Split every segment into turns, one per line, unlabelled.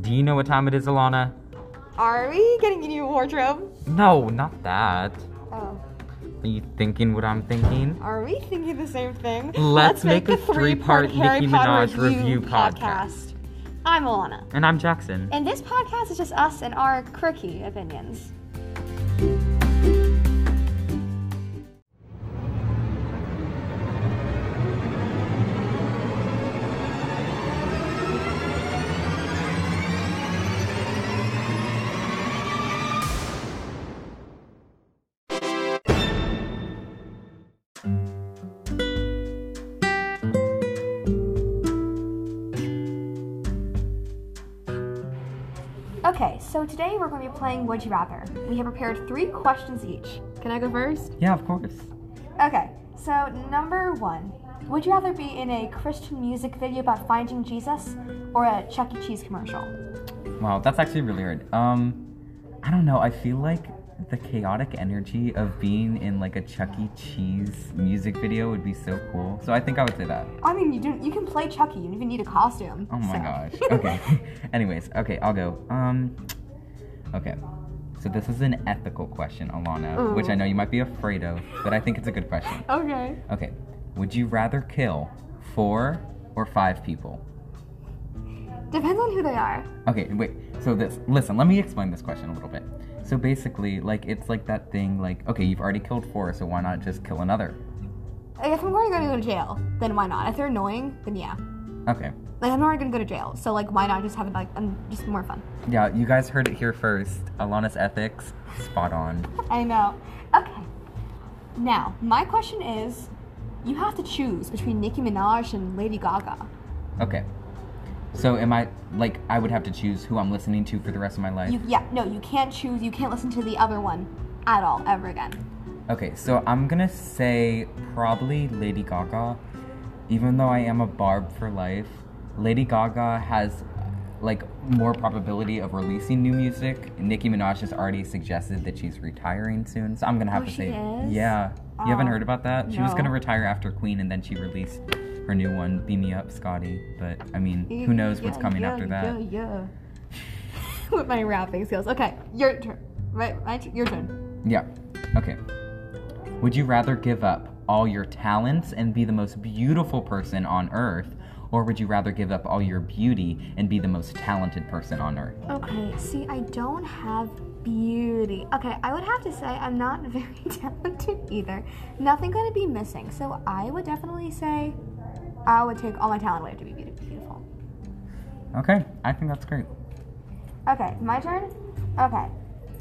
Do you know what time it is, Alana?
Are we getting a new wardrobe?
No, not that.
Oh,
Are you thinking what I'm thinking?
are we thinking the same thing?
Let's make a three-part Nicki Minaj review podcast.
I'm Alana,
And I'm Jackson.
and this podcast is just us and our quirky opinions. Okay, so today we're going to be playing Would You Rather. We have prepared three questions each. Can I go first?
Yeah, of course.
Okay, so number one Would you rather be in a Christian music video about finding Jesus or a Chuck E. Cheese commercial?
Wow, that's actually really hard. Um, I don't know. I feel like the chaotic energy of being in like a Chuck E. Cheese music video would be so cool. So I think I would say that.
I mean, you do You can play Chucky. You don't even need a costume.
Oh my
so.
gosh. Okay. Anyways, okay, I'll go. Um Okay. So this is an ethical question, Alana, which I know you might be afraid of, but I think it's a good question.
okay.
Okay. Would you rather kill 4 or 5 people?
Depends on who they are.
Okay, wait. So this listen, let me explain this question a little bit. So basically, like it's like that thing like okay, you've already killed 4, so why not just kill another?
Like, if I'm already going to go to jail, then why not? If they're annoying, then yeah.
Okay.
Like, I'm already going to go to jail, so like, why not just have it like um, just more fun?
Yeah, you guys heard it here first. Alana's ethics spot on.
I know. Okay. Now, my question is, you have to choose between Nicki Minaj and Lady Gaga.
Okay. So am I like I would have to choose who I'm listening to for the rest of my life?
You yeah, no, you can't choose. You can't listen to the other one at all ever again.
Okay, so I'm gonna say probably Lady Gaga. Even though I am a barb for life, Lady Gaga has like more probability of releasing new music. Nicki Minaj has already suggested that she's retiring soon, so I'm gonna have
Oh,
to
she
say
is?
yeah. You haven't
Oh,
heard about that? She was
no.
gonna retire after Queen, and then she released her new one, "Beam Me Up, Scotty." But I mean, who knows what's
Yeah,
coming
yeah,
after that?
Yeah, yeah. With my rapping skills. Okay, your turn. Right, my, your turn.
Yeah. Okay. Would you rather give up all your talents and be the most beautiful person on earth, or would you rather give up all your beauty and be the most talented person on earth?
Okay, see, I don't have beauty. Okay, I would have to say I'm not very talented either. Nothing gonna be missing. So I would definitely say I would take all my talent away to be beauti- beautiful.
Okay, I think that's great.
Okay, my turn? Okay,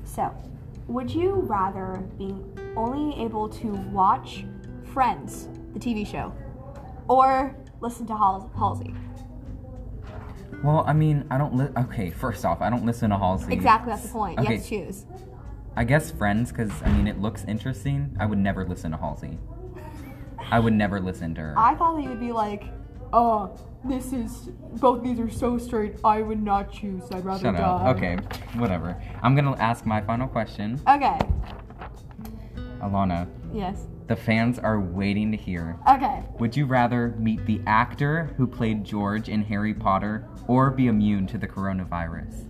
so would you rather be only able to watch Friends, the TV show, or listen to Hal- Halsey?
Well, I mean, I don't. Li- okay, first off, I don't listen to Halsey.
Exactly, that's the point. You
Okay,
have to choose.
I guess Friends, because I mean, it looks interesting. I would never listen to Halsey. I would never listen to her.
I thought that you would be like, oh, this is, both these are so straight, I would not choose, I'd rather
Shut up. Okay, whatever. I'm gonna ask my final question,
Okay,
Alana.
yes.
The fans are waiting to hear.
Okay,
Would you rather meet the actor who played George in Harry Potter or be immune to the coronavirus?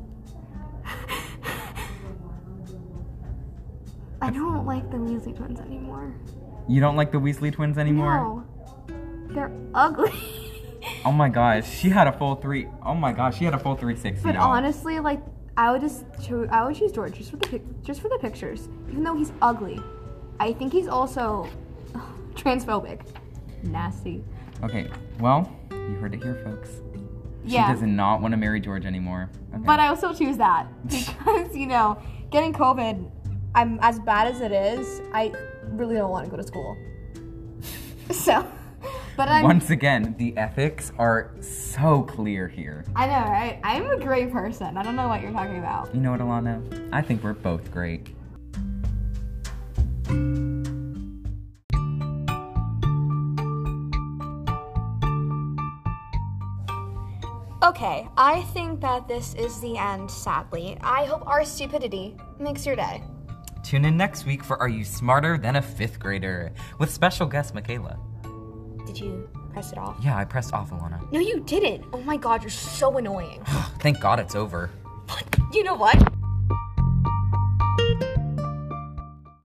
I don't like the Weasley twins anymore.
You don't like the Weasley twins anymore?
No. They're ugly.
Oh my gosh, she had a full three oh my gosh, she had a full 360.
But
y'all.
honestly, like I would just cho- I would choose George just for the pic- just for the pictures, even though he's ugly. I think he's also transphobic. Nasty.
Okay, well, you heard it here, folks. She
Yeah.
does not want to marry George anymore. Okay.
But I would still choose that because you know, getting COVID, I'm as bad as it is. I really don't want to go to school. So, but I'm
Once again, the ethics are so clear here.
I know, right? I'm a great person. I don't know what you're talking about.
You know what, Alana? I think we're both great.
Okay, I think that this is the end, sadly. I hope our stupidity makes your day.
Tune in next week for Are You Smarter Than a Fifth Grader? with special guest Michaela.
Did you press it off?
Yeah, I pressed off, Alana.
No, you didn't. Oh my god, you're so annoying.
Thank God it's over.
You know what?